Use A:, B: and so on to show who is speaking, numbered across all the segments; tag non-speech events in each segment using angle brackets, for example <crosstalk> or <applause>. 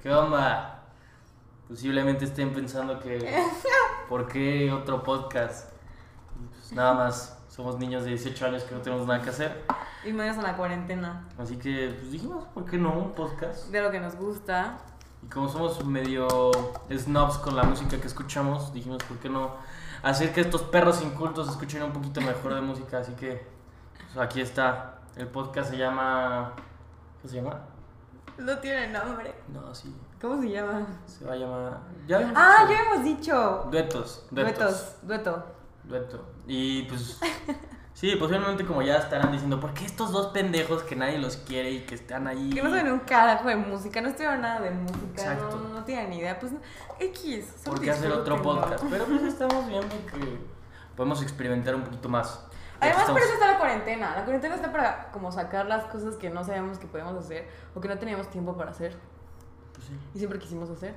A: ¿Qué onda? Posiblemente estén pensando
B: <laughs>
A: que. ¿Por qué otro podcast? Pues nada más, somos niños de 18 años que no tenemos nada que hacer.
B: Y menos en la cuarentena.
A: Así que pues dijimos, ¿por qué no? Un podcast.
B: De lo que nos gusta.
A: Y como somos medio snobs con la música que escuchamos, dijimos, ¿por qué no hacer que estos perros incultos escuchen un poquito mejor de música? Así que pues, aquí está. El podcast se llama. ¿Qué se llama?
B: No tiene nombre.
A: No, sí.
B: ¿Cómo se <laughs> llama?
A: Se va a llamar. ¿Ya? habíamos
B: Ah,
A: dicho.
B: ya hemos dicho.
A: Duetos, duetos.
B: Duetos, dueto.
A: Dueto. Y
B: <laughs>
A: pues. Sí, posiblemente como ya estarán diciendo, ¿por qué estos dos pendejos que nadie los quiere y que están ahí?
B: Que no saben un carajo de música, no estudiaron nada de música,
A: Exacto.
B: no, no tienen ni idea. Pues no, X. solo
A: ¿Por qué hacer otro
B: disfrútenlo.
A: podcast? Pero
B: <laughs>
A: pues estamos viendo que podemos experimentar un poquito más. Ya que
B: Además, por
A: estamos-
B: eso está la cuarentena. La cuarentena está para como sacar las cosas que no sabemos que podemos hacer o que no teníamos tiempo para hacer
A: pues, sí,
B: y siempre quisimos hacer.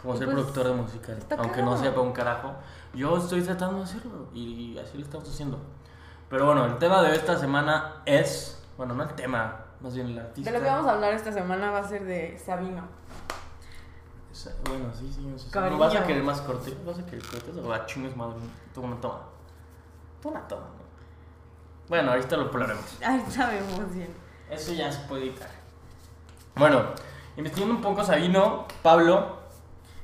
A: como
B: Y
A: ser
B: pues,
A: productor de musical,
B: está
A: aunque no
B: cagado.
A: sepa un carajo. Yo estoy tratando de hacerlo y así lo estamos haciendo. Pero bueno, el tema de esta semana es, bueno, no el tema, más bien el artista.
B: De lo que vamos a hablar esta semana va a ser de Sabino.
A: Esa- Bueno, sí, sí, no sé.
B: Cariño.
A: ¿No vas a querer más cortes? ¿Vas a querer cortes? O la chingues madre. Toma, una toma. Toma, toma. Bueno, ahorita lo probaremos.
B: Ay, sabemos bien.
A: Eso ya se puede editar. Bueno, investigando un poco Sabino, Pablo.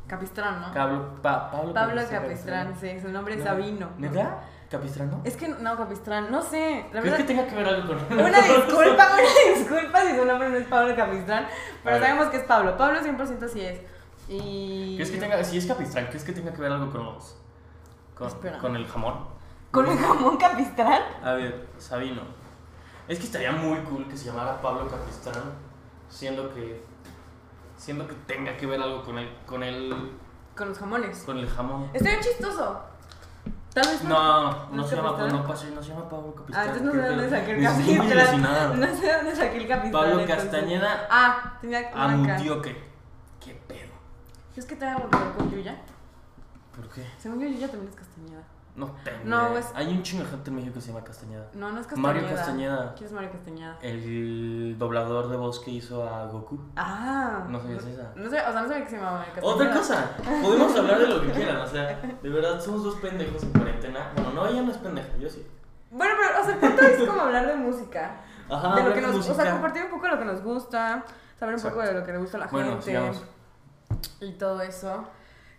B: Capistrán, ¿no?
A: Pablo, Pa- Pablo,
B: Pablo Capistrán, sí, su nombre es
A: No.
B: Sabino.
A: ¿Neta? ¿Capistrano?
B: Es que no, Capistrán, no sé. La
A: ¿Crees
B: verdad,
A: que tenga que ver algo con
B: <laughs>
A: <laughs>
B: una disculpa, una disculpa si su nombre no es Pablo Capistrán, pero
A: A ver.
B: sabemos que es Pablo. Pablo 100% sí es. Y.
A: ¿Crees que tenga, si es Capistrán, ¿crees que tenga que ver algo con los. con,
B: Espera.
A: con el jamón?
B: ¿Con el jamón Capistrán?
A: A ver, Sabino. Es que estaría muy cool que se llamara Pablo Capistrán, siendo que siendo que tenga que ver algo con el con el
B: Con los jamones.
A: con el jamón.
B: Está bien chistoso. Tal vez
A: No, no
B: ¿No es
A: se llama
B: Capistrán?
A: no, pasa- no se llama Pablo
B: Ah,
A: Capistrán.
B: entonces no sé
A: creo que
B: dónde saqué el
A: ni siquiera me
B: Capistrán.
A: imaginaba.
B: No sé dónde saqué el Capistrán.
A: Pablo
B: entonces.
A: Castañeda
B: Ah, tenía que
A: Amutioque. ¿Qué pedo?
B: Es que tengo que ver con Yuya.
A: ¿Por qué?
B: Según yo, Yuya también es Castañeda.
A: No tengo.
B: No,
A: idea.
B: es-
A: Hay un chingo de gente en México que se llama Castañeda.
B: No, no es Castañeda.
A: Mario Castañeda,
B: ¿Quién es Mario Castañeda?
A: el doblador de voz que hizo a Goku.
B: Ah.
A: No sabías esa.
B: No sé, o sea, no sabía que se llamaba Mario Castañeda.
A: Otra cosa, podemos hablar de lo que quieran, o sea, de verdad somos dos pendejos en cuarentena. Bueno, no, ella no es pendeja, yo sí.
B: Bueno, pero, o sea, el punto es como hablar de música.
A: Ajá,
B: de lo
A: Ah, hablar
B: que nos,
A: música.
B: O sea, compartir un poco lo que nos gusta, saber un poco
A: Exacto.
B: de lo que le gusta a la
A: Bueno,
B: gente.
A: sigamos.
B: Y todo eso.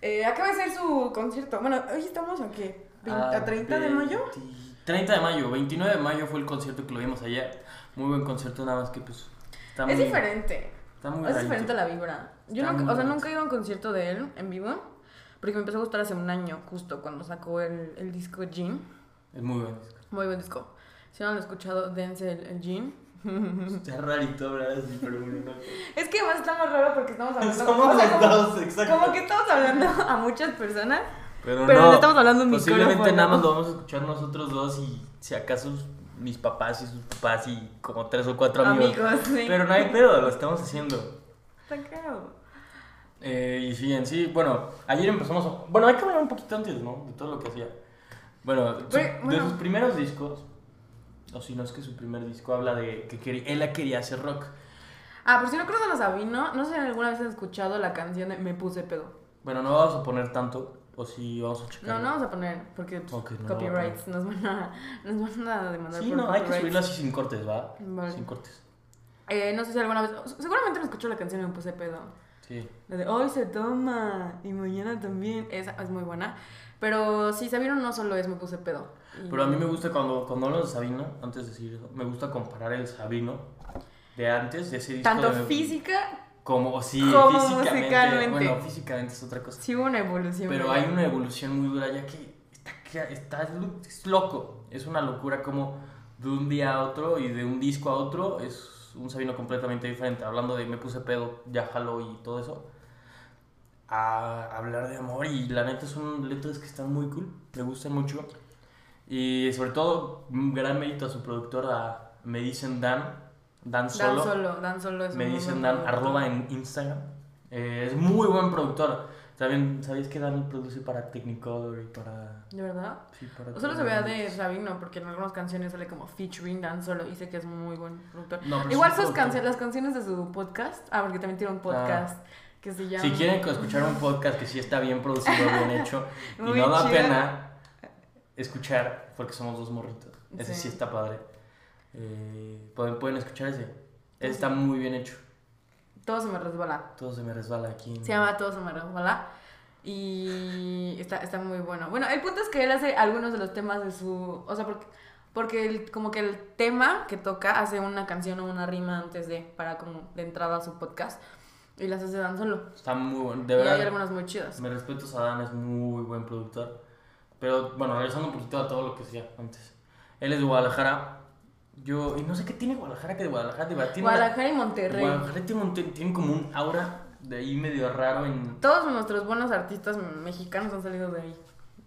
B: Eh, acaba de ser su concierto. Bueno, hoy estamos a qué? ¿20 ¿A 30 de mayo?
A: 20 30 Ah, de mayo, 29 de mayo fue el concierto que lo vimos ayer. Muy buen concierto, nada más que pues. Está
B: Es
A: muy-
B: diferente.
A: Está muy
B: Es
A: rarito.
B: diferente la vibra. Yo
A: Está muy
B: nunca, o sea,
A: rarito.
B: nunca he ido a un concierto de él en vivo. Porque me empezó a gustar hace un año, justo cuando sacó el, el disco Jean.
A: Es muy buen disco.
B: Muy buen disco. Si no lo han escuchado, dense el, el Jean.
A: Está rarito, ¿verdad? Sí, pero bueno, no.
B: <laughs> Es que además está más raro porque estamos
A: <laughs>
B: hablando.
A: Somos
B: o sea,
A: los
B: como-
A: dos, exacto.
B: Como que estamos hablando a muchas personas.
A: Pero,
B: Pero
A: no,
B: le estamos hablando a un
A: Posiblemente
B: micrófono.
A: nada más lo vamos a escuchar nosotros dos y si acaso mis papás y sus papás y como tres o cuatro amigos.
B: Amigos, sí.
A: Pero no hay pedo, lo estamos haciendo.
B: Está cagado.
A: Eh, y sí, en sí, bueno, ayer empezamos. a- Bueno, hay que hablar un poquito antes, ¿no? De todo lo que hacía. Bueno, su-
B: Pero,
A: de
B: bueno.
A: sus primeros discos, o si no es que su primer disco habla de que quería- él quería hacer rock.
B: Ah, por si no conocen a Sabino, no sé si alguna vez han escuchado la canción de Me Puse Pedo.
A: Bueno, no vamos a poner tanto, o si vamos a checar.
B: No, no vamos a poner, porque pues,
A: Ok, no lo voy a
B: copyrights nos van, a, nos van a demandar
A: Sí,
B: por
A: no, hay que
B: copyrights.
A: subirlo así sin cortes, ¿va?
B: Vale.
A: Sin cortes.
B: Eh, no sé si alguna vez, seguramente no escuchó la canción de Me Puse Pedo.
A: Sí.
B: La de Hoy se toma y mañana también. Esa es muy buena. Pero sí, Sabino no solo es Me Puse Pedo. Y-
A: Pero a mí me gusta cuando, cuando hablo de Sabino, antes de decir eso, me gusta comparar el Sabino de antes, de ese disco.
B: Tanto
A: de-
B: física,
A: Como, sí,
B: como
A: físicamente.
B: musicalmente.
A: Bueno, físicamente es otra cosa.
B: sí hubo una evolución.
A: Pero
B: ¿verdad?
A: hay una evolución muy dura ya que está, que está lo- es loco. Es una locura como de un día a otro y de un disco a otro es un Sabino completamente diferente. Hablando de me puse pedo, ya jaló y todo eso. A hablar de amor y la neta son letras que están muy cool. Me gustan mucho. Y sobre todo, un gran mérito a su productora, me dicen Dan. Dan
B: Dan
A: Solo.
B: solo, Dan solo es
A: Me
B: un muy
A: dicen
B: buen
A: Dan,
B: productor.
A: arroba en Instagram. Eh, es muy buen productor. También, ¿sabías que Dan produce para Technicolor y para...
B: ¿De verdad?
A: Sí, para
B: Solo
A: todo
B: se vea
A: lo
B: de
A: demás?
B: Sabino, porque en algunas canciones sale como featuring Dan Solo y sé que es muy buen productor.
A: No, pero
B: Igual
A: es un
B: sus
A: productor.
B: canciones, las canciones de su podcast, ah, porque también tiene un podcast que se llama...
A: Si quieren escuchar un podcast que sí está bien
B: <laughs>
A: producido, bien hecho, y
B: Muy
A: no da
B: chido.
A: pena escuchar porque somos dos morritos. Ese
B: Sí.
A: sí está padre. Eh, pueden, pueden escuchar ese.
B: Pues
A: Está muy bien hecho.
B: Todo se me resbala.
A: Todo se me resbala aquí. en-
B: Se llama Todo se me resbala. Y está, está muy bueno. Bueno, el punto es que él hace algunos de los temas de su... O sea, porque, porque el- como que el tema que toca hace una canción o una rima antes de, para como de entrada a su podcast. Y las hace Dan solo.
A: Está muy bueno.
B: Y
A: De
B: hay
A: verdad,
B: algunas muy chidas.
A: Me respeto, Sadán es muy buen productor. Pero bueno, regresando un poquito a todo lo que decía antes. Él es de Guadalajara. Yo, y no sé qué tiene Guadalajara, que de Guadalajara, de verdad, tiene una-
B: Guadalajara y Monterrey.
A: Guadalajara tiene, un- tiene como un aura de ahí medio raro en...
B: Todos nuestros buenos artistas mexicanos han salido de ahí,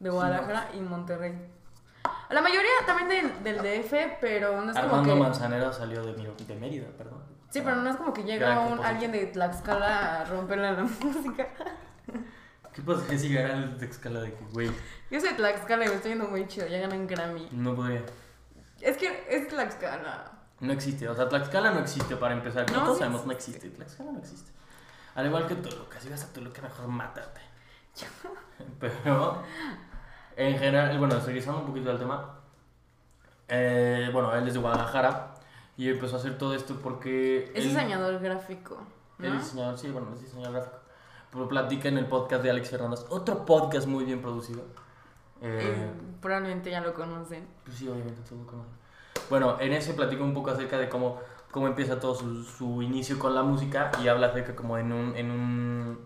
B: de Guadalajara y Monterrey. La mayoría también de- del DF, pero no es como
A: Armando
B: que...
A: Manzanero salió de, Miro- de Mérida, perdón.
B: Sí, pero no es como que
A: Gran
B: llega un-
A: compositor.
B: alguien de Tlaxcala a romperle la <laughs> música.
A: ¿Qué pasa si llegara el Texcala de que, güey,
B: Yo soy de Tlaxcala y me estoy yendo muy chido, ya ganan Grammy.
A: no podría?
B: Es que es Tlaxcala.
A: No existe, o sea, Tlaxcala no existe para empezar. como
B: No,
A: todos
B: sí
A: sabemos, no existe. Tlaxcala no existe. Al igual que Toluca, si vas a Toluca, mejor mátate. <laughs> Pero, en general, bueno, regresando un poquito al tema, eh, bueno, él es de Guadalajara y empezó a hacer todo esto porque.
B: Es
A: él-
B: diseñador gráfico,
A: El
B: ¿no?
A: diseñador, sí, bueno, es diseñador gráfico. Pero platica en el podcast de Alex Fernández, otro podcast muy bien producido. Eh,
B: Eh, probablemente ya lo conocen.
A: pues sí, obviamente todo lo conocen. Bueno, en ese platica un poco acerca de cómo, cómo empieza todo su, su inicio con la música y habla acerca como en un... En, un,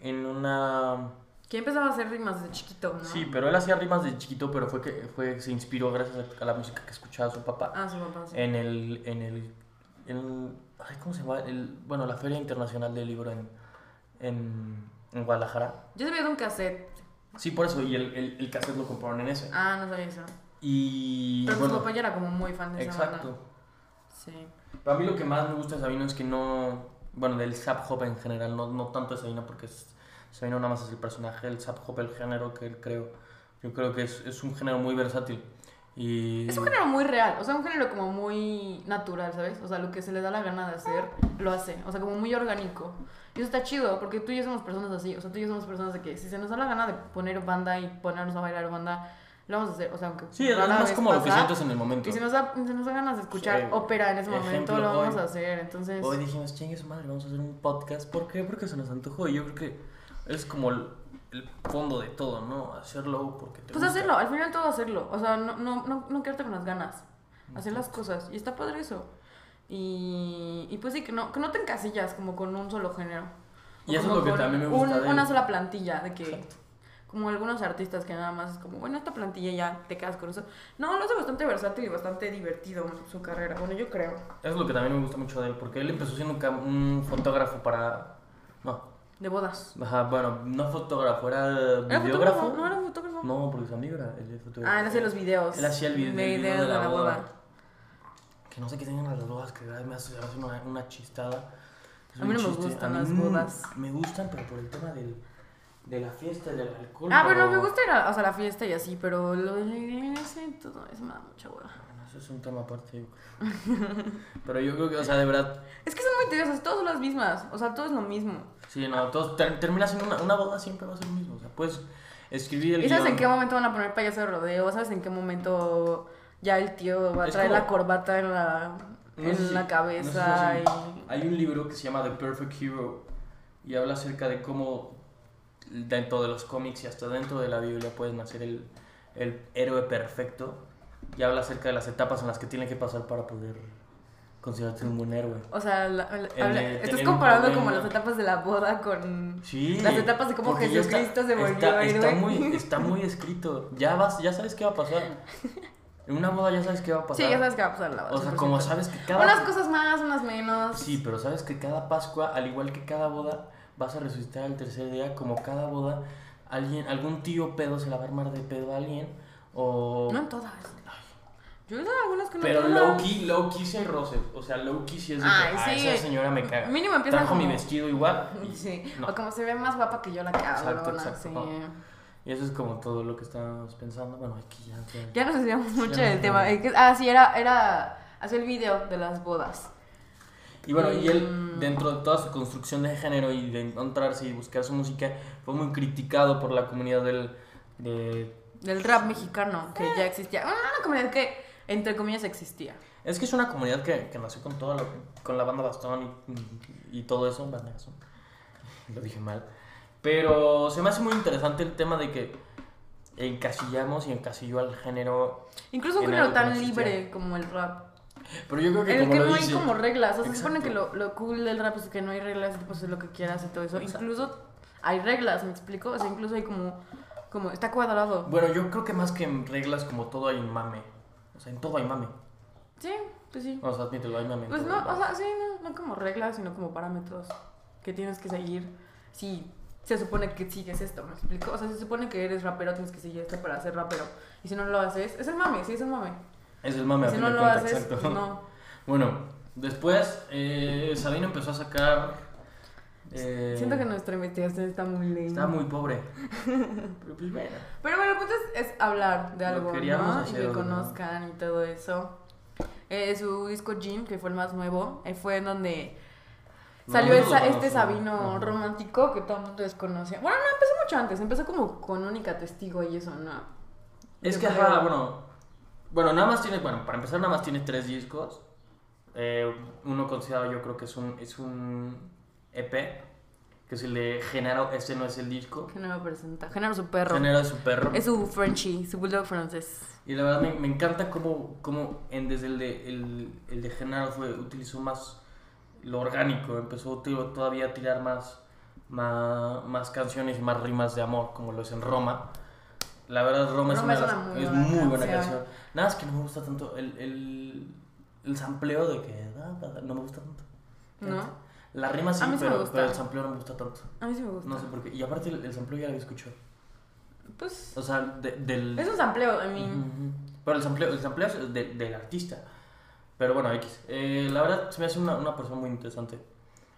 A: en una...
B: Que empezaba a hacer rimas de chiquito, ¿no?
A: Sí, pero él hacía rimas de chiquito, pero fue que fue, se inspiró gracias a la música que escuchaba su papá
B: Ah, su papá, sí.
A: en el en el, el- ay, ¿cómo se llama? El, bueno, la Feria Internacional del Libro en, en, en Guadalajara.
B: Yo sabía de un cassette.
A: Sí, por eso, y el, el, el cassette lo compraron en ese.
B: Ah, no sabía eso.
A: Y
B: Pero pues su
A: bueno,
B: papá ya era como muy fan de esa banda.
A: exacto.
B: Sí.
A: Pero a mí lo que más me gusta de Sabino es que no, bueno, del Zap Hop en general, no, no tanto de Sabino porque es- Sabino nada más es el personaje, el Zap Hop, el género que él creo. Yo creo que es, es un género muy versátil. Y...
B: Es un género muy real, o sea, un género como muy natural, ¿sabes? O sea, lo que se le da la gana de hacer, lo hace. O sea, como muy orgánico. Y eso está chido, porque tú y yo somos personas así. O sea, tú y yo somos personas de que si se nos da la gana de poner banda y ponernos a bailar banda, lo vamos a hacer. O sea, aunque.
A: Sí, es
B: rara
A: más
B: vez
A: como lo que
B: pasa,
A: sientes en el momento.
B: Y si nos da, se nos da ganas de escuchar
A: Sí.
B: ópera en ese momento,
A: Ejemplo,
B: lo vamos
A: hoy-
B: a hacer. Entonces.
A: Hoy dijimos, chingue su madre, vamos a hacer un podcast. ¿Por qué? Porque se nos antojó. Y yo creo que es como el, el fondo de todo, ¿no? Hacerlo porque te
B: Pues
A: gusta.
B: hacerlo, al final todo hacerlo. O sea, no, no, no, no quedarte con las ganas. Hacer las cosas. Y está padre eso. Y, y pues sí, que no, que no te encasillas como con un solo género. O
A: Y eso es
B: como
A: lo que
B: con
A: también me gusta
B: un-
A: de él.
B: Una sola plantilla de que.
A: Exacto.
B: Como algunos artistas que nada más es como, bueno, esta plantilla ya te quedas con eso. No, lo hace bastante versátil y bastante divertido su carrera. Bueno, yo creo.
A: Eso es lo que también me gusta mucho de él. Porque él empezó siendo un, cam- un fotógrafo para. No,
B: De bodas.
A: ajá, bueno, no fotógrafo, era
B: ¿Era
A: videógrafo.
B: fotógrafo? No, era fotógrafo.
A: No, porque su amigo era el fotógrafo.
B: Ah, él hacía los videos.
A: Él hacía el vide- el video,
B: Videos
A: de la, boda. Que no sé qué tengan las bodas, que de verdad me hace me hace una, una chistada. Es
B: A mí
A: un
B: no me
A: chiste.
B: gustan
A: A mí
B: las
A: no
B: bodas.
A: Me gustan, pero por el tema del, de la fiesta, del alcohol.
B: Ah, bueno,
A: pero-
B: me gusta ir a o sea, la fiesta y así, pero lo de la iglesia y todo eso me da mucha hueva.
A: Bueno, Ah, eso es un tema aparte, yo creo. <laughs> Pero yo creo que, o sea, de verdad,
B: Es que son muy tediosas, todas son las mismas, o sea, todo es lo mismo.
A: sí, no, todos ter- terminas en una, una boda siempre va a ser lo mismo. O sea, puedes escribir el
B: ¿Y sabes en qué
A: guión.
B: momento van a poner payaso de rodeo? ¿Sabes en qué momento ya el tío va a
A: Es
B: traer
A: como-
B: la corbata en la,
A: No
B: en
A: sé si-
B: la cabeza?
A: no sé si así.
B: y...
A: Hay un libro que se llama The Perfect Hero y habla acerca de cómo dentro de los cómics y hasta dentro de la Biblia puedes nacer el, el héroe perfecto y habla acerca de las etapas en las que tienen que pasar para poder considerarte un buen héroe.
B: O sea, la- la-
A: de
B: habla-
A: tener
B: estás
A: un
B: comparando
A: problema.
B: como las etapas de la boda con...
A: Sí.
B: Las etapas de cómo
A: porque ya
B: Jesucristo se volvió
A: está, está
B: héroe. <laughs>
A: muy, está muy escrito. Ya vas, ya sabes qué va a pasar. En una boda ya sabes qué va a pasar.
B: Sí, ya sabes que va a pasar la boda.
A: O sea,
B: 100%.
A: como sabes que cada
B: Unas cosas más, unas menos.
A: Sí, pero sabes que cada Pascua, al igual que cada boda, vas a resucitar al tercer día, como cada boda, alguien, algún tío pedo se la va a armar de pedo a alguien, o...
B: No en todas. Yo he visto algunas que no
A: Pero
B: todas.
A: Loki, Loki sí hay roces, o sea, Loki sí es de... que,
B: Ay,
A: "Ah,
B: sí.
A: esa señora me caga.
B: Mínimo empiezan
A: Trajo mi
B: como-
A: vestido igual. Y,
B: <laughs> Sí,
A: no.
B: o como se ve más guapa que yo la cabrona,
A: Exacto, exacto.
B: sí.
A: y eso es como todo lo que estábamos pensando. Bueno, aquí ya... ya-
B: Ya nos desviamos mucho
A: Ya nos
B: del tema.
A: desviamos.
B: Eh, que- Ah, sí, era, era, hacía el video de las bodas.
A: Y bueno, y él, dentro de toda su construcción de género y de encontrarse y buscar su música, fue muy criticado por la comunidad del. de-
B: Del rap mexicano, que ya existía. Ah, Bueno, una comunidad que, entre comillas, existía.
A: Es que es una comunidad que, que nació con toda la, con la banda Bastón y, y todo eso, banda Bastón. Lo dije mal. Pero se me hace muy interesante el tema de que encasillamos y encasilló al género.
B: Incluso un
A: En
B: género
A: algo que no
B: tan
A: existía.
B: libre como el rap.
A: Pero yo creo que
B: En el
A: como
B: que
A: lo
B: no hay
A: dice-
B: como reglas. O sea, se supone que
A: Exacto.
B: lo, lo cool del rap es que no hay reglas y pues lo que quieras y todo eso.
A: Exacto.
B: Incluso hay reglas, ¿me explico? O sea, incluso hay como. como está cuadrado.
A: Bueno, yo creo que más que en reglas como todo hay mame. O sea, en todo hay mame.
B: Sí, pues sí.
A: O sea, admítelo, hay mame. en
B: Pues
A: todo.
B: no, o sea, sí, no, no como reglas, sino como parámetros que tienes que seguir si se supone que sigues esto, ¿me explico? O sea, se supone que eres rapero, tienes que seguir esto para ser rapero. Y si no lo haces, es el mame, sí, es el mame.
A: Es el mame, a
B: si
A: fin
B: no
A: de
B: lo
A: cuentas,
B: haces,
A: exacto.
B: pues no.
A: Bueno, después eh, Sabino empezó a sacar. eh,
B: Siento que nuestra investigación está muy lenta.
A: Está muy pobre. Pero pues bueno.
B: Pero bueno, el punto es, es hablar de
A: Lo
B: algo,
A: queríamos
B: ¿no? Y
A: hacer,
B: que
A: ¿no?
B: conozcan y todo eso. Eh, su disco Jim, que fue el más nuevo, ahí fue en donde salió
A: Nosotros
B: esa-
A: lo
B: este
A: conocemos.
B: Sabino
A: Ajá.
B: romántico que todo el mundo desconoce. Bueno, no, empezó mucho antes, empezó como con Única Testigo y eso, ¿no?
A: Es
B: Yo
A: que,
B: creo.
A: ajá, bueno. Bueno, nada más tiene. Bueno, para empezar, nada más tiene tres discos. Eh, uno considerado, yo creo que es un, es un EP. Que es el de Genaro, ese este no es el disco.
B: Género presenta, Género su perro.
A: Genaro es su perro.
B: Es su Frenchie, su bulldog francés.
A: Y la verdad me, me encanta cómo, cómo en, desde el de, el, el de Genaro fue, utilizó más lo orgánico, empezó to- todavía a tirar más, más, más canciones y más rimas de amor, como lo es en Roma. La verdad Roma,
B: Roma
A: es una,
B: es
A: de
B: una
A: las-
B: muy
A: es
B: buena
A: muy buena
B: canción.
A: canción. Nada, es que no me gusta tanto el, el, el sampleo de que... da, da, da, No me gusta tanto.
B: ¿No?
A: La rima sí,
B: A mí sí me
A: pero,
B: gusta.
A: pero el sampleo no me gusta tanto.
B: A mí sí me gusta.
A: No sé por qué. Y aparte el, el sampleo ya lo escucho.
B: Pues
A: O sea, de- del...
B: es un sampleo, I mean.
A: Ujú. Pero el sampleo, el sampleo es de- del artista. Pero bueno, X. Eh, la verdad se me hace una, una persona muy interesante.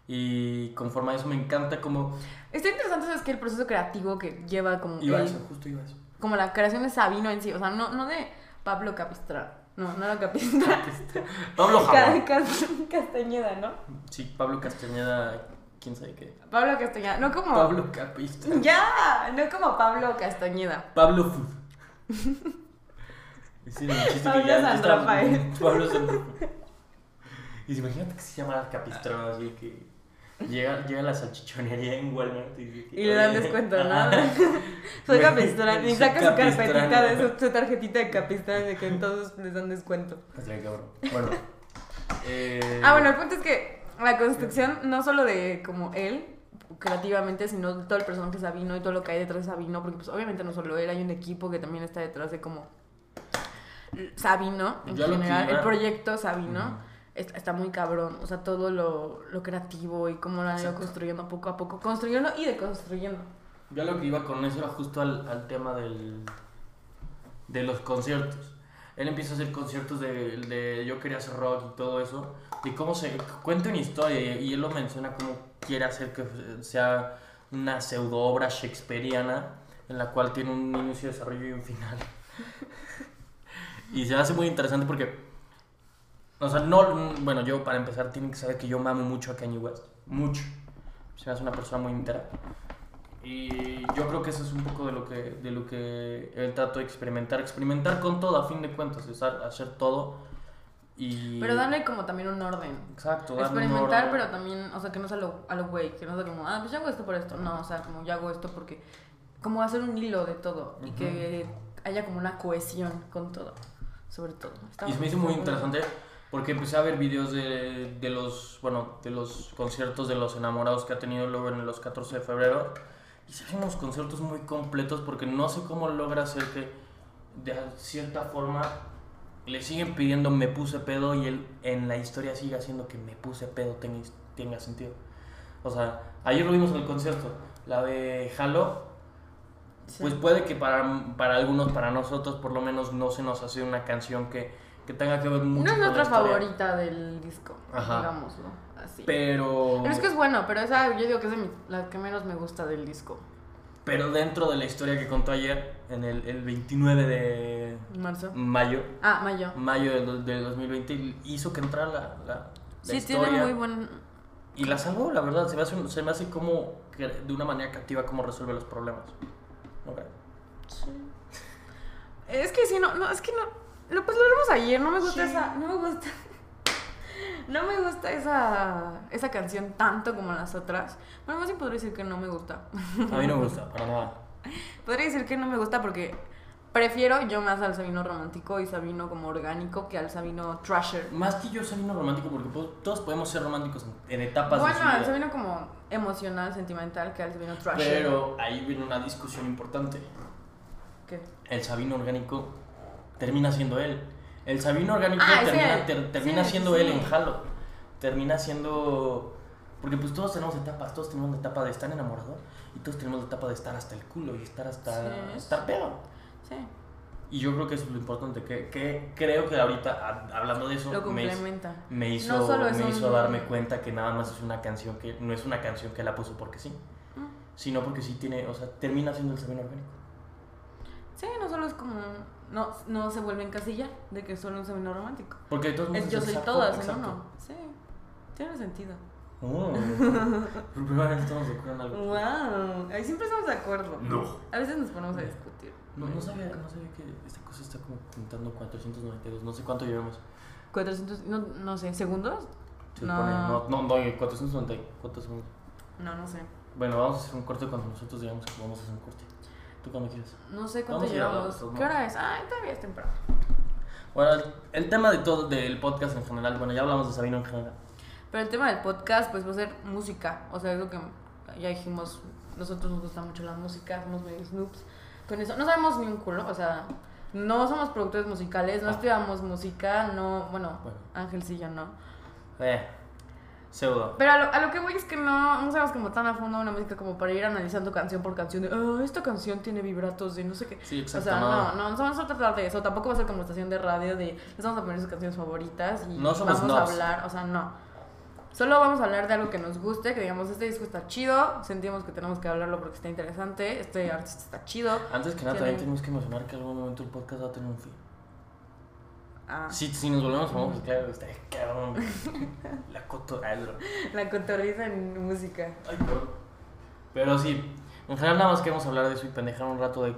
A: Y conforme a eso me encanta como...
B: Está interesante, ¿sabes? Que el proceso creativo que lleva como.
A: Iba a
B: el-
A: eso, justo iba a eso.
B: como la creación de Sabino en sí, o sea, no, no de Pablo Capistrán, no, no era Capistrán,
A: Pablo
B: Ca-
A: Java.
B: Cas- Castañeda, ¿no?
A: Sí, Pablo Castañeda, quién sabe qué.
B: Pablo Castañeda, no como...
A: Pablo Capista.
B: Ya, no como Pablo Castañeda.
A: Pablo
B: <laughs>
A: Food. Ese era un chiste que
B: Pablo
A: ya- ya
B: San
A: estaba-
B: Rafael.
A: Pablo San Rafael. Y se imagínate que se llama Capistrán, así que llega, llega a la salchichonería en Walmart y, dice que,
B: Y le dan
A: "Oye,
B: descuento, ¿no?
A: ajá,
B: <laughs> Soy
A: Me-
B: Capistrán, y
A: soy
B: saca su
A: Capistrán.
B: carpetita de su, su tarjetita de Capistrán de que entonces les dan descuento.
A: Estaría cabrón. Pues Bueno. eh,
B: Ah, bueno, el punto es que la construcción no solo de como él creativamente, sino de todo el personaje Sabino y todo lo que hay detrás de Sabino, porque pues obviamente no solo él, hay un equipo que también está detrás de como Sabino en
A: Yo lo que
B: general,
A: iba-
B: el proyecto Sabino.
A: Ujú.
B: es- Está muy cabrón, o sea, todo lo, lo creativo y cómo lo han ido
A: Exacto.
B: construyendo poco a poco, construyendo y deconstruyendo.
A: Yo lo que iba con eso era justo al, al tema del, de los conciertos. Él empieza a hacer conciertos de, de Yo quería hacer rock y todo eso. De cómo se cuenta una historia y, y él lo menciona como quiere hacer que sea una pseudo obra shakespeariana en la cual tiene un inicio, desarrollo y un final. y se hace muy interesante porque, o sea, no, bueno, yo para empezar tienen que saber que yo mamo mucho a Kanye West. Mucho. Se me hace una persona muy entera. Y yo creo que eso es un poco de lo que, de lo que él trató de experimentar. Experimentar con todo, a fin de cuentas, es ha- hacer todo. Y...
B: Pero darle como también un orden.
A: Exacto, darle un
B: Experimentar,
A: orden.
B: pero también, o sea, que no sea lo- a lo güey, que no sea como, ah, pues yo hago esto por esto. No, o sea, como yo hago esto porque, como hacer un hilo de todo y que haya como una cohesión con todo, sobre todo. Está
A: Y se me hizo muy interesante porque empecé a ver videos de, de los, bueno, de los conciertos de los enamorados que ha tenido luego en los 14 de febrero. Y se hacen unos conciertos muy completos porque no sé cómo logra hacer que de cierta forma le siguen pidiendo me puse pedo y él en la historia sigue haciendo que me puse pedo tenga, tenga sentido. O sea, ayer lo vimos en el concierto, la de Halo,
B: Sí.
A: pues puede que para, para algunos, para nosotros por lo menos, no se nos hace una canción que, que tenga que ver mucho
B: no es
A: con
B: nuestra
A: la historia.
B: favorita del disco,
A: Ajá.
B: digámoslo así. Pero,
A: Pero,
B: es que es bueno, pero esa yo digo que es de mi- la que menos me gusta del disco.
A: pero dentro de la historia que contó ayer, en el, el 29 de
B: Marzo.
A: mayo,
B: Ah, mayo.
A: Mm, mayo del, del 2020, hizo que entrara la, la,
B: Sí,
A: historia.
B: tiene muy buen.
A: Y la salvó, la verdad. Se me hace, un- se me hace como que de una manera captiva cómo resuelve los problemas.
B: <laughs>
A: Ok.
B: Es que sí, no, no, es que no. Lo, pues lo vimos ayer, no me gusta esa. No me gusta. <laughs> No me gusta esa, esa canción tanto como las otras. Bueno, más bien podría decir que no me gusta.
A: A mí no me gusta, para nada.
B: Podría decir que no me gusta porque prefiero yo más al Sabino romántico y Sabino como orgánico que al Sabino trasher.
A: Más que yo soy un romántico, porque po- todos podemos ser románticos en- en etapas de su
B: Bueno, al
A: vida.
B: Sabino como emocional, sentimental que al Sabino trasher.
A: Pero ahí viene una discusión importante.
B: ¿Qué?
A: El Sabino orgánico termina siendo él. El Sabino orgánico
B: Ah, es
A: termina,
B: él.
A: ter- termina
B: Sí,
A: siendo
B: sí.
A: él en Halo. Termina siendo. Porque pues todos tenemos etapas, todos tenemos la etapa de estar enamorado y todos tenemos la etapa de estar hasta el culo y estar hasta
B: Sí.
A: estar pedo.
B: Sí,
A: Y yo creo que eso es lo importante, que, que creo que ahorita a- hablando de eso
B: lo
A: me hizo-
B: complementa.
A: me hizo,
B: No solo es
A: me
B: un-
A: hizo darme cuenta que nada más es una canción que no es una canción que la puso porque sí,
B: Mm.
A: sino porque sí tiene, o sea, termina siendo el Sabino orgánico.
B: Sí, no solo es como. No, no se vuelve en casilla de que es solo un Sabino romántico.
A: Porque de todos modos
B: Es yo
A: el
B: soy
A: saco,
B: todas en
A: exacto.
B: uno. Sí, tiene sentido.
A: <laughs> Oh, por primera vez estamos de acuerdo en algo.
B: ¡Wow! Ahí siempre estamos de acuerdo.
A: No.
B: A veces nos ponemos a discutir.
A: No, no sabía, no sabía que esta cosa está como pintando 492, no sé cuánto llevamos.
B: 400, no, no sé, ¿segundos?
A: Se
B: No.
A: pone- no, no, no, 494 segundos.
B: No, no sé.
A: Bueno, vamos a hacer un corte cuando nosotros digamos que vamos a hacer un corte. ¿Tú cuando quieres?
B: No sé cuánto
A: Vamos a ir
B: llevamos.
A: hablando,
B: ¿Qué hora es? Ay, todavía es temprano.
A: Bueno, el, el tema de todo, del podcast en general, bueno, ya hablamos de Sabino en general.
B: Pero el tema del podcast, pues va a ser música. O sea, es lo que ya dijimos. Nosotros nos gusta mucho la música, somos medio snoops. Con eso, no sabemos ni un culo, o sea, no somos productores musicales, no
A: Ah.
B: estudiamos música, no, bueno,
A: Bueno.
B: Ángel sí, yo no.
A: Eh, pseudo.
B: Pero a lo, a lo que voy es que no, no sabemos como tan a fondo una música como para ir analizando canción por canción de, "Ah, esta canción tiene vibratos de no sé qué.
A: Sí,
B: O
A: exacto.
B: sea, no,
A: no,
B: no, no vamos a tratar de eso. Tampoco va a ser como estación de radio de les vamos a poner sus canciones favoritas y
A: No somos
B: vamos
A: snobs.
B: a hablar, o sea, no. Solo vamos a hablar de algo que nos guste, que digamos, este disco está chido, sentimos que tenemos que hablarlo porque está interesante,
A: Mm.
B: este artista está chido.
A: Antes que nada,
B: Tiene-
A: también tenemos que mencionar que en algún momento el podcast va a tener un fin.
B: Ah, Mm.
A: Si, si nos volvemos famosos, claro, estaría cabrón.
B: <laughs>
A: La coto. ay, bro.
B: la cotorriza en música.
A: Ay, bro. Pero sí, en general nada más queremos hablar de eso y pendejar un rato de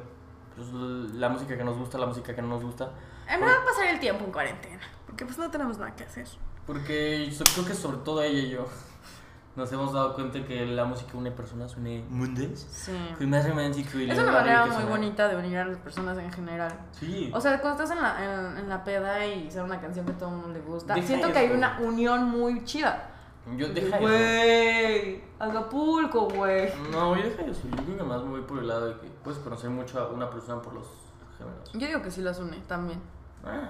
A: pues, la música que nos gusta, la música que no nos gusta.
B: En verdad pasar el tiempo en cuarentena, porque pues no tenemos nada que hacer.
A: Porque so- creo que sobre todo ella y yo <laughs> nos hemos dado cuenta que la música une personas, une mundos.
B: Sí.
A: Que me hace mentir que
B: Es
A: le
B: una
A: vale
B: manera
A: que
B: muy
A: suena.
B: bonita de unir a las personas en general.
A: Sí.
B: O sea, cuando estás en la, en, en la peda y sale una canción que a todo el mundo le gusta,
A: Deja
B: siento que hay
A: eso.
B: una unión muy chida.
A: yo deja eso.
B: Güey, Acapulco, güey.
A: No, yo deja eso. Yo creo que más me voy por el lado de que puedes conocer mucho a una persona por los géneros.
B: Yo digo que sí las une también.
A: Ah.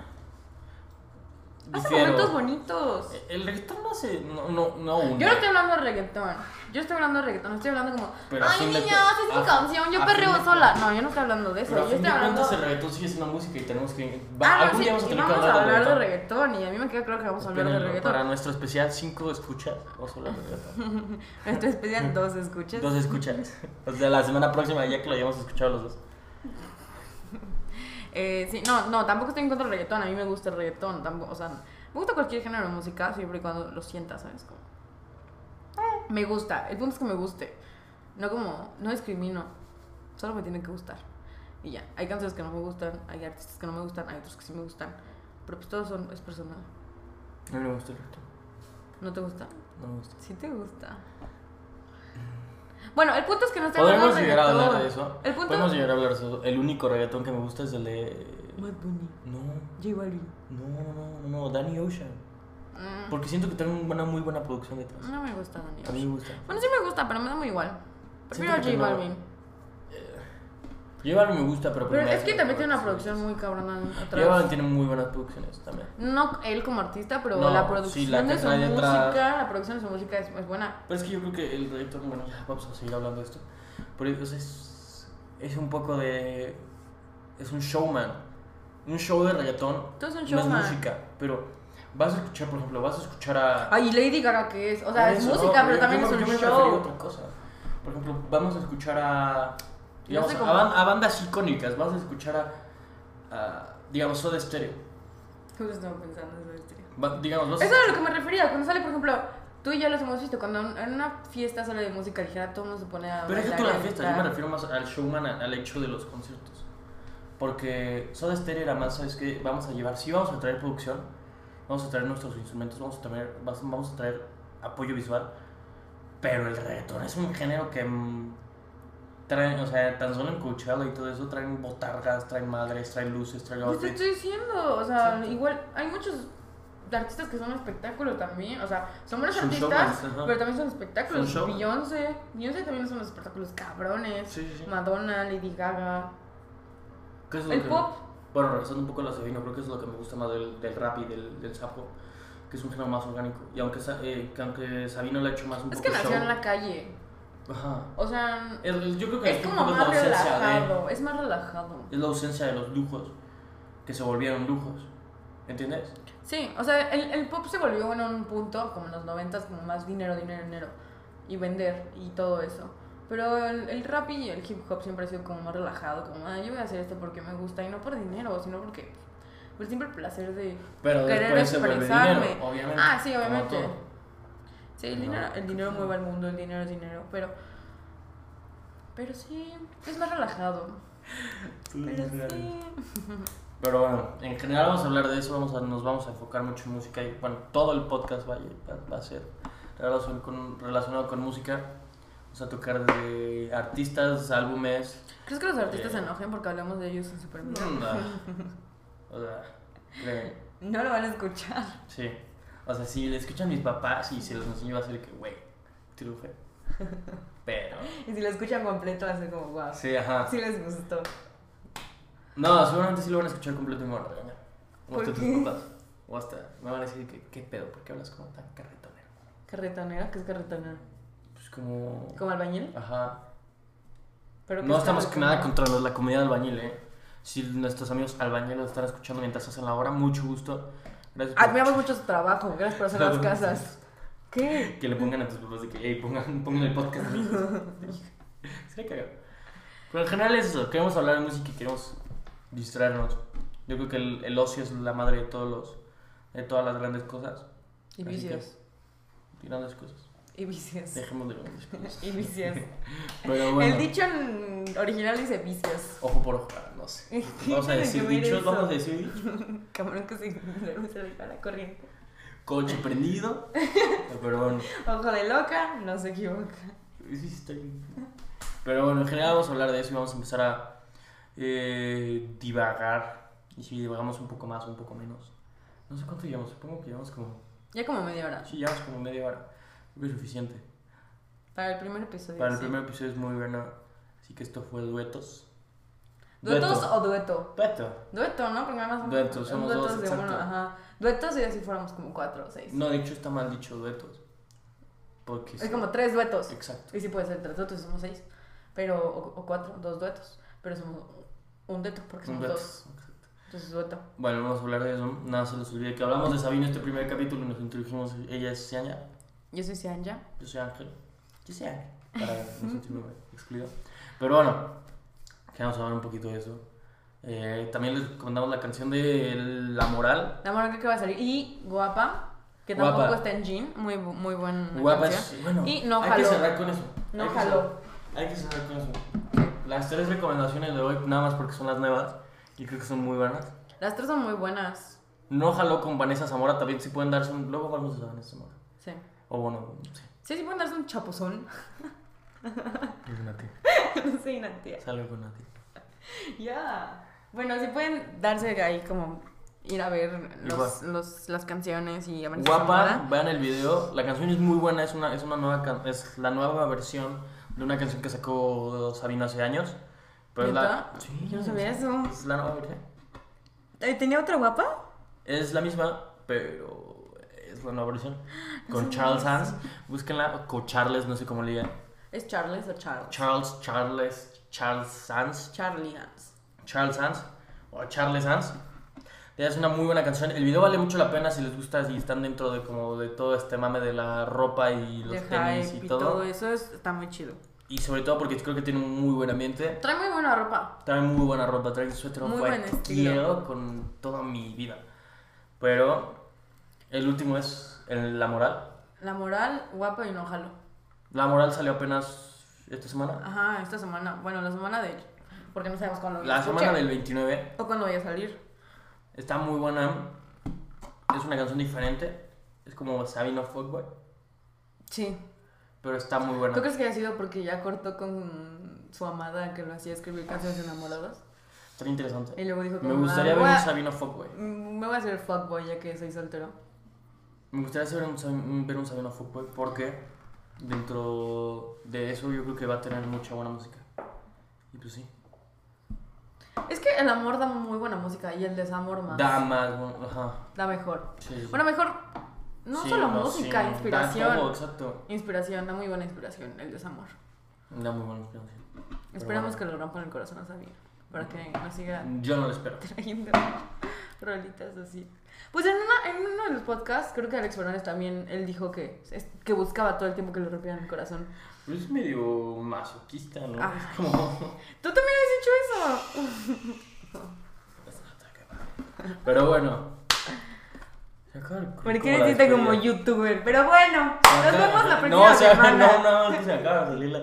B: Hace
A: Difiero. Eh, E-,
B: momentos bonitos.
A: El reggaetón no hace. No, no, no une.
B: Yo no estoy hablando de reggaetón. Yo estoy hablando de reggaetón. Estoy hablando como,
A: Pero a
B: ay,
A: fin
B: niños,
A: de
B: esa
A: cu-
B: es mi
A: a-
B: canción. Yo
A: a
B: perreo
A: fin de
B: sola. No, yo no estoy hablando de eso.
A: Pero a
B: yo
A: fin
B: estoy
A: de
B: hablando.
A: cuentas el reggaetón sigue siendo música y tenemos que.
B: Ah,
A: Va,
B: no,
A: algún
B: sí,
A: día vamos a
B: y
A: tener que
B: vamos a
A: hablar,
B: hablar
A: de
B: de reggaetón. Y a mí me queda claro que vamos a hablar de
A: Para
B: <laughs> reggaetón.
A: nuestro especial 5 escuchas, vamos a hablar de reggaetón.
B: Nuestro especial dos escuches.
A: Dos escuchas. O sea, la semana próxima ya que lo hayamos escuchado los dos.
B: Eh, sí, no, no, tampoco estoy en contra del reggaetón. A mí me gusta el reggaetón. Tampoco, o sea, me gusta cualquier género de música siempre y cuando lo sienta, ¿sabes? Como, eh, me gusta. El punto es que me guste. No como, no discrimino. Solo me tiene que gustar. Y ya. Hay canciones que no me gustan, hay artistas que no me gustan, hay otros que sí me gustan. Pero pues todos son, es personal.
A: No me gusta el reggaetón.
B: ¿No te gusta?
A: No me gusta.
B: Sí te gusta. Bueno, el punto es que no estoy
A: Podemos
B: hablando de
A: llegar a hablar de
B: reggaetón.
A: eso.
B: El punto
A: Podemos llegar a hablar de eso. El único reggaetón que me gusta es el de.
B: Bad Bunny,
A: No,
B: J Balvin.
A: no, no, no, no, no, Danny Ocean.
B: Mm,
A: Porque siento que tiene una muy buena producción detrás.
B: no me gusta Daniel.
A: A mí me gusta.
B: Bueno, sí me gusta, pero me da muy igual. Prefiero a
A: Siento que
B: J
A: no.
B: Balvin.
A: J Balvin me gusta, pero.
B: Pero
A: me
B: es que
A: hace-
B: también tiene una producción muy cabrona
A: J Balvin
B: atrás.
A: tiene muy buenas producciones también.
B: No él como artista, pero
A: No,
B: la
A: sí,
B: producción
A: la que
B: de su
A: trae detrás.
B: música, la producción de su música es, es buena.
A: Pero es que yo creo que el reggaetón, bueno, ya vamos a seguir hablando de esto. Pero es, es, es un poco de. Es un showman. Un show de reggaetón.
B: Todo es un
A: No es
B: showman.
A: música, pero vas a escuchar, por ejemplo, vas a escuchar a.
B: Ay, ¿y Lady Gaga qué es, o sea,
A: Por
B: es
A: eso,
B: música,
A: no,
B: pero
A: yo-
B: también
A: yo me-
B: es
A: yo
B: un
A: me refería a
B: show.
A: otra cosa. Por ejemplo, vamos a escuchar a. digamos,
B: sé
A: a,
B: cómo.
A: ban- a bandas icónicas. Vas a escuchar a. a, digamos, Soda Stereo.
B: Justo estaba pensando en eso, en serio.
A: Va- digamos, los-
B: Eso es a lo que me refería. Cuando sale, por ejemplo, tú y yo los hemos visto. Cuando en una fiesta sale de música ligera, todo el mundo se pone a.
A: Pero deja
B: bailar
A: tú
B: y a
A: la fiesta, yo
B: gritar.
A: me refiero más al showman, a- al hecho de los conciertos. Porque Soda Stereo era más, ¿sabes qué? Vamos a llevar, sí vamos a traer producción, vamos a traer nuestros instrumentos, vamos a traer, vas- vamos a traer apoyo visual, pero el reggaetón es un género que mm, traen, o sea, tan solo en Coachella y todo eso, traen botargas, traen madres, traen luces, traen
B: Pues te
A: outfits.
B: estoy diciendo, o sea,
A: Exacto.
B: igual hay muchos artistas que son espectáculos también, o sea, son buenos
A: Son
B: artistas,
A: showmans, ajá.
B: pero también son espectáculos.
A: Son showmans.
B: Beyoncé, Beyoncé también son unos espectáculos cabrones.
A: Sí, sí, sí.
B: Madonna, Lady Gaga,
A: ¿Qué es lo
B: el
A: que-
B: pop.
A: Bueno, regresando un poco a lo sevino, creo que es lo que me gusta más del, del rap y del, del sapo, que es un género más orgánico. Y aunque, Sa- eh, que aunque Sabino lo ha hecho más un
B: Es
A: poco
B: que nació
A: show.
B: en la calle,
A: Ajá.
B: o sea,
A: El- yo creo que
B: es
A: el hip
B: como
A: hop es
B: más
A: la ausencia
B: relajado, es más relajado.
A: de. Es la ausencia de los lujos que se volvieron lujos. ¿Entiendes?
B: Sí, o sea, el, el pop se volvió en un punto, como en los noventas, como más dinero, dinero, dinero, y vender y todo eso. Pero el, el rap y el hip hop siempre ha sido como más relajado, como, ah, yo voy a hacer esto porque me gusta y no por dinero, sino porque, por siempre el placer de...
A: Pero
B: Querer
A: después se vuelve
B: expresarme.
A: dinero, obviamente.
B: Ah, sí,
A: como
B: obviamente.
A: todo.
B: Sí, el
A: No,
B: dinero, el dinero
A: sí.
B: mueve al mundo, el dinero es dinero, pero... Pero sí, es más relajado.
A: Mm,
B: Pero sí.
A: Pero bueno, en general vamos a hablar de eso, vamos a, nos vamos a enfocar mucho en música y bueno, todo el podcast va, a- va a ser relacion- con- relacionado con música. Vamos a tocar de artistas, álbumes.
B: ¿Crees que los artistas se
A: Eh.
B: enojen porque hablamos de ellos en Super
A: mm,
B: <laughs>
A: ah, o sea, créeme,
B: No lo van a escuchar. <laughs>
A: sí. O sea, si le escuchan mis papás y se los enseño va a ser que, güey, triunfe. Pero...
B: Y si lo escuchan completo, va a ser como, wow.
A: Sí, ajá.
B: Sí les gustó.
A: No, seguramente sí lo van a escuchar completo y me van a regañar. O
B: ¿Por
A: hasta
B: qué?
A: tus papás. O hasta me van a decir que, ¿qué pedo? ¿Por qué hablas como tan carretonero?
B: ¿Carretonera? ¿Qué es carretonera?
A: Pues como...
B: ¿Como albañil?
A: Ajá.
B: ¿Pero qué
A: No
B: es
A: estamos que
B: carretonera?
A: nada contra los- la comunidad de albañil, ¿eh? Si nuestros amigos albañiles están escuchando mientras hacen la obra, mucho gusto. Gracias por-
B: Admiramos Ah, mucho su trabajo. Gracias por hacer las casas. ¿Qué?
A: Que le pongan a tus papás de que, hey, pongan, pongan el podcast de mi hijo". Sería cagado. Pero en general es eso. Queremos hablar de música y queremos distraernos. Yo creo que el, el ocio es la madre de todos los... De todas las grandes cosas.
B: Y
A: Así
B: vicios.
A: Y grandes cosas.
B: Y vicios.
A: Dejemos de grandes cosas.
B: <laughs>
A: <laughs>
B: Y vicios.
A: Pero bueno.
B: El dicho en original dice vicios.
A: Ojo por ojo. ah, No sé. Vamos a
B: <laughs> Tiene que
A: decir
B: ver
A: dichos.
B: eso.
A: Vamos a decir dichos.
B: Cabrón que <laughs> se se le va la corriente.
A: Coche prendido. Pero bueno.
B: Ojo de loca, no se equivoca.
A: sí, está bien. Pero bueno, en general vamos a hablar de eso y vamos a empezar a eh, divagar. Y si divagamos un poco más, un poco menos. No sé cuánto llevamos, supongo que llevamos como.
B: Ya como media hora.
A: Sí, llevamos como media hora. Creo que es suficiente.
B: Para el primer episodio.
A: Para el
B: sí.
A: primer episodio es muy bueno. Así que esto fue duetos.
B: ¿Duetos
A: Dueto.
B: o dueto?
A: Dueto.
B: Dueto, ¿no? Porque nada más
A: Dueto, somos
B: duetos
A: dos,
B: de
A: exacto.
B: uno, ajá. Duetos y así fuéramos como cuatro o seis.
A: No, de hecho está mal dicho duetos. Porque.
B: Es como tres duetos.
A: Exacto.
B: Y sí puede ser tres duetos y somos seis. Pero, o, o cuatro, dos duetos. Pero somos un dueto porque
A: Un
B: somos
A: dueto.
B: dos. Entonces dueto.
A: Bueno, vamos a hablar de eso. Nada, se les olvide que hablamos de Sabino este primer capítulo y nos introdujimos. Ella es Ciaña.
B: Yo soy Sianja.
A: Yo soy Ángel. Yo soy Ángel. Para
B: <laughs>
A: no sentirme excluido. Pero bueno, queremos hablar un poquito de eso. Eh, también les comentamos la canción de La Moral.
B: La moral que va a salir. Y Guapa, que
A: Guapa.
B: tampoco está en jean. Muy, bu- muy buena
A: Guapa
B: canción.
A: es. Bueno,
B: Y no
A: hay
B: jaló.
A: que cerrar con eso.
B: No
A: Hay que
B: jaló.
A: cerrar- Hay que cerrar con eso. Las tres recomendaciones de hoy, nada más porque son las nuevas y creo que son muy buenas.
B: Las tres son muy buenas.
A: No jaló con Vanessa Zamora, también si pueden darse un. Luego vamos a Vanessa Zamora.
B: Sí.
A: O bueno, sí.
B: Sí, sí pueden darse un chapuzón. <laughs>
A: Illuminati.
B: no soy una tía.
A: Salve con Nati.
B: Ya. Bueno, sí pueden darse ahí como ir a ver los, los- las canciones y amanecer
A: Guapa,
B: enamorada.
A: vean el video. La canción es muy buena, es una, es una nueva can- es la nueva versión de una canción que sacó Sabino hace años. Pero es la
B: ¿Neta?
A: sí,
B: Yo no sabía eso.
A: Es la nueva versión.
B: Eh, ¿Tenía otra guapa?
A: Es la misma, pero es la nueva
B: <gasps>
A: versión. Con Charles Sands. Búsquenla con Charles, no sé cómo le digan.
B: ¿Es Charles o Charles?
A: Charles, Charles, Charles Sands.
B: Charlie Hans.
A: Charles Sands o Charles Sands. Es una muy buena canción. El video vale mucho la pena si les gusta si están dentro de como de todo este mame de la ropa y los
B: De
A: tenis
B: hype
A: y
B: y
A: todo.
B: todo eso es- está muy chido.
A: Y sobre todo porque creo que tiene un muy buen ambiente.
B: Trae muy buena ropa.
A: Trae muy buena ropa, trae un suéter
B: Muy
A: off-white
B: buen
A: que
B: estilo.
A: quiero con toda mi vida. Pero El último es el- La Moral.
B: La moral, guapo y no jalo.
A: La Moral salió apenas esta semana.
B: Ajá, esta semana. Bueno, la semana de. Porque no sabemos cuándo. lo
A: La
B: escuchen.
A: semana del 29.
B: O cuándo voy a salir.
A: Está muy buena. Es una canción diferente. Es como Sabino Fuckboy.
B: Sí.
A: Pero está muy buena.
B: ¿Tú crees que haya sido porque ya cortó con su amada que lo hacía escribir canciones enamoradas?
A: Está interesante.
B: Y luego dijo
A: Me
B: como,
A: gustaría
B: "Ah,
A: ver
B: voy
A: un
B: a-
A: Sabino Fuckboy.
B: Mm, Me voy a hacer fuckboy ya que soy soltero.
A: Me gustaría hacer un, Sab- ver un Sabino Fuckboy porque dentro de eso yo creo que va a tener mucha buena música. Y pues sí.
B: Es que el amor da muy buena música y el desamor más.
A: Da más. bueno, Ajá.
B: Da mejor.
A: Sí, sí.
B: Bueno, mejor. No
A: Sí,
B: solo
A: sí,
B: música,
A: no, da
B: inspiración.
A: todo, exacto.
B: Inspiración, da muy buena inspiración el desamor.
A: Da muy buena inspiración. Pero
B: Esperamos
A: bueno,
B: que lo rompan el corazón a Sabino para que nos siga <laughs>
A: Yo no lo espero.
B: trayendo rolitas así. Pues en, una- en uno de los podcasts, creo que Alex Fernández también, él dijo que, es- que buscaba todo el tiempo que le rompieran el corazón.
A: Pero Pues es medio masoquista, ¿no?
B: Ah.
A: Es como. <laughs>
B: Tú también has dicho eso.
A: Pero bueno. Se acaba el-
B: ¿Por
A: como
B: qué
A: la
B: deciste como
A: despedida.
B: youtuber? Pero bueno,
A: Se
B: nos
A: acaba-
B: vemos la
A: no,
B: próxima
A: o sea, <laughs>
B: semana.
A: No, nada más que se acaba de salir la.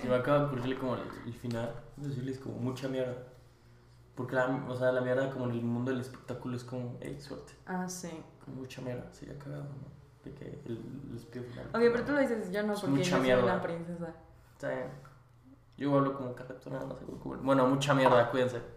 A: Se me acaba de ocurrir como el, el final. Decirles como mucha mierda. Porque la, o sea, la mierda como en el mundo del espectáculo es como, hey, suerte.
B: Ah, sí.
A: Como mucha mierda. Sería cagado, ¿no? De que el, les pido final.
B: Ok, pero tú lo dices, yo no,
A: Es
B: porque
A: mucha
B: yo soy
A: mierda.
B: una princesa.
A: Está bien. Yo hablo como carretona, no sé cómo- Bueno, mucha mierda, cuídense.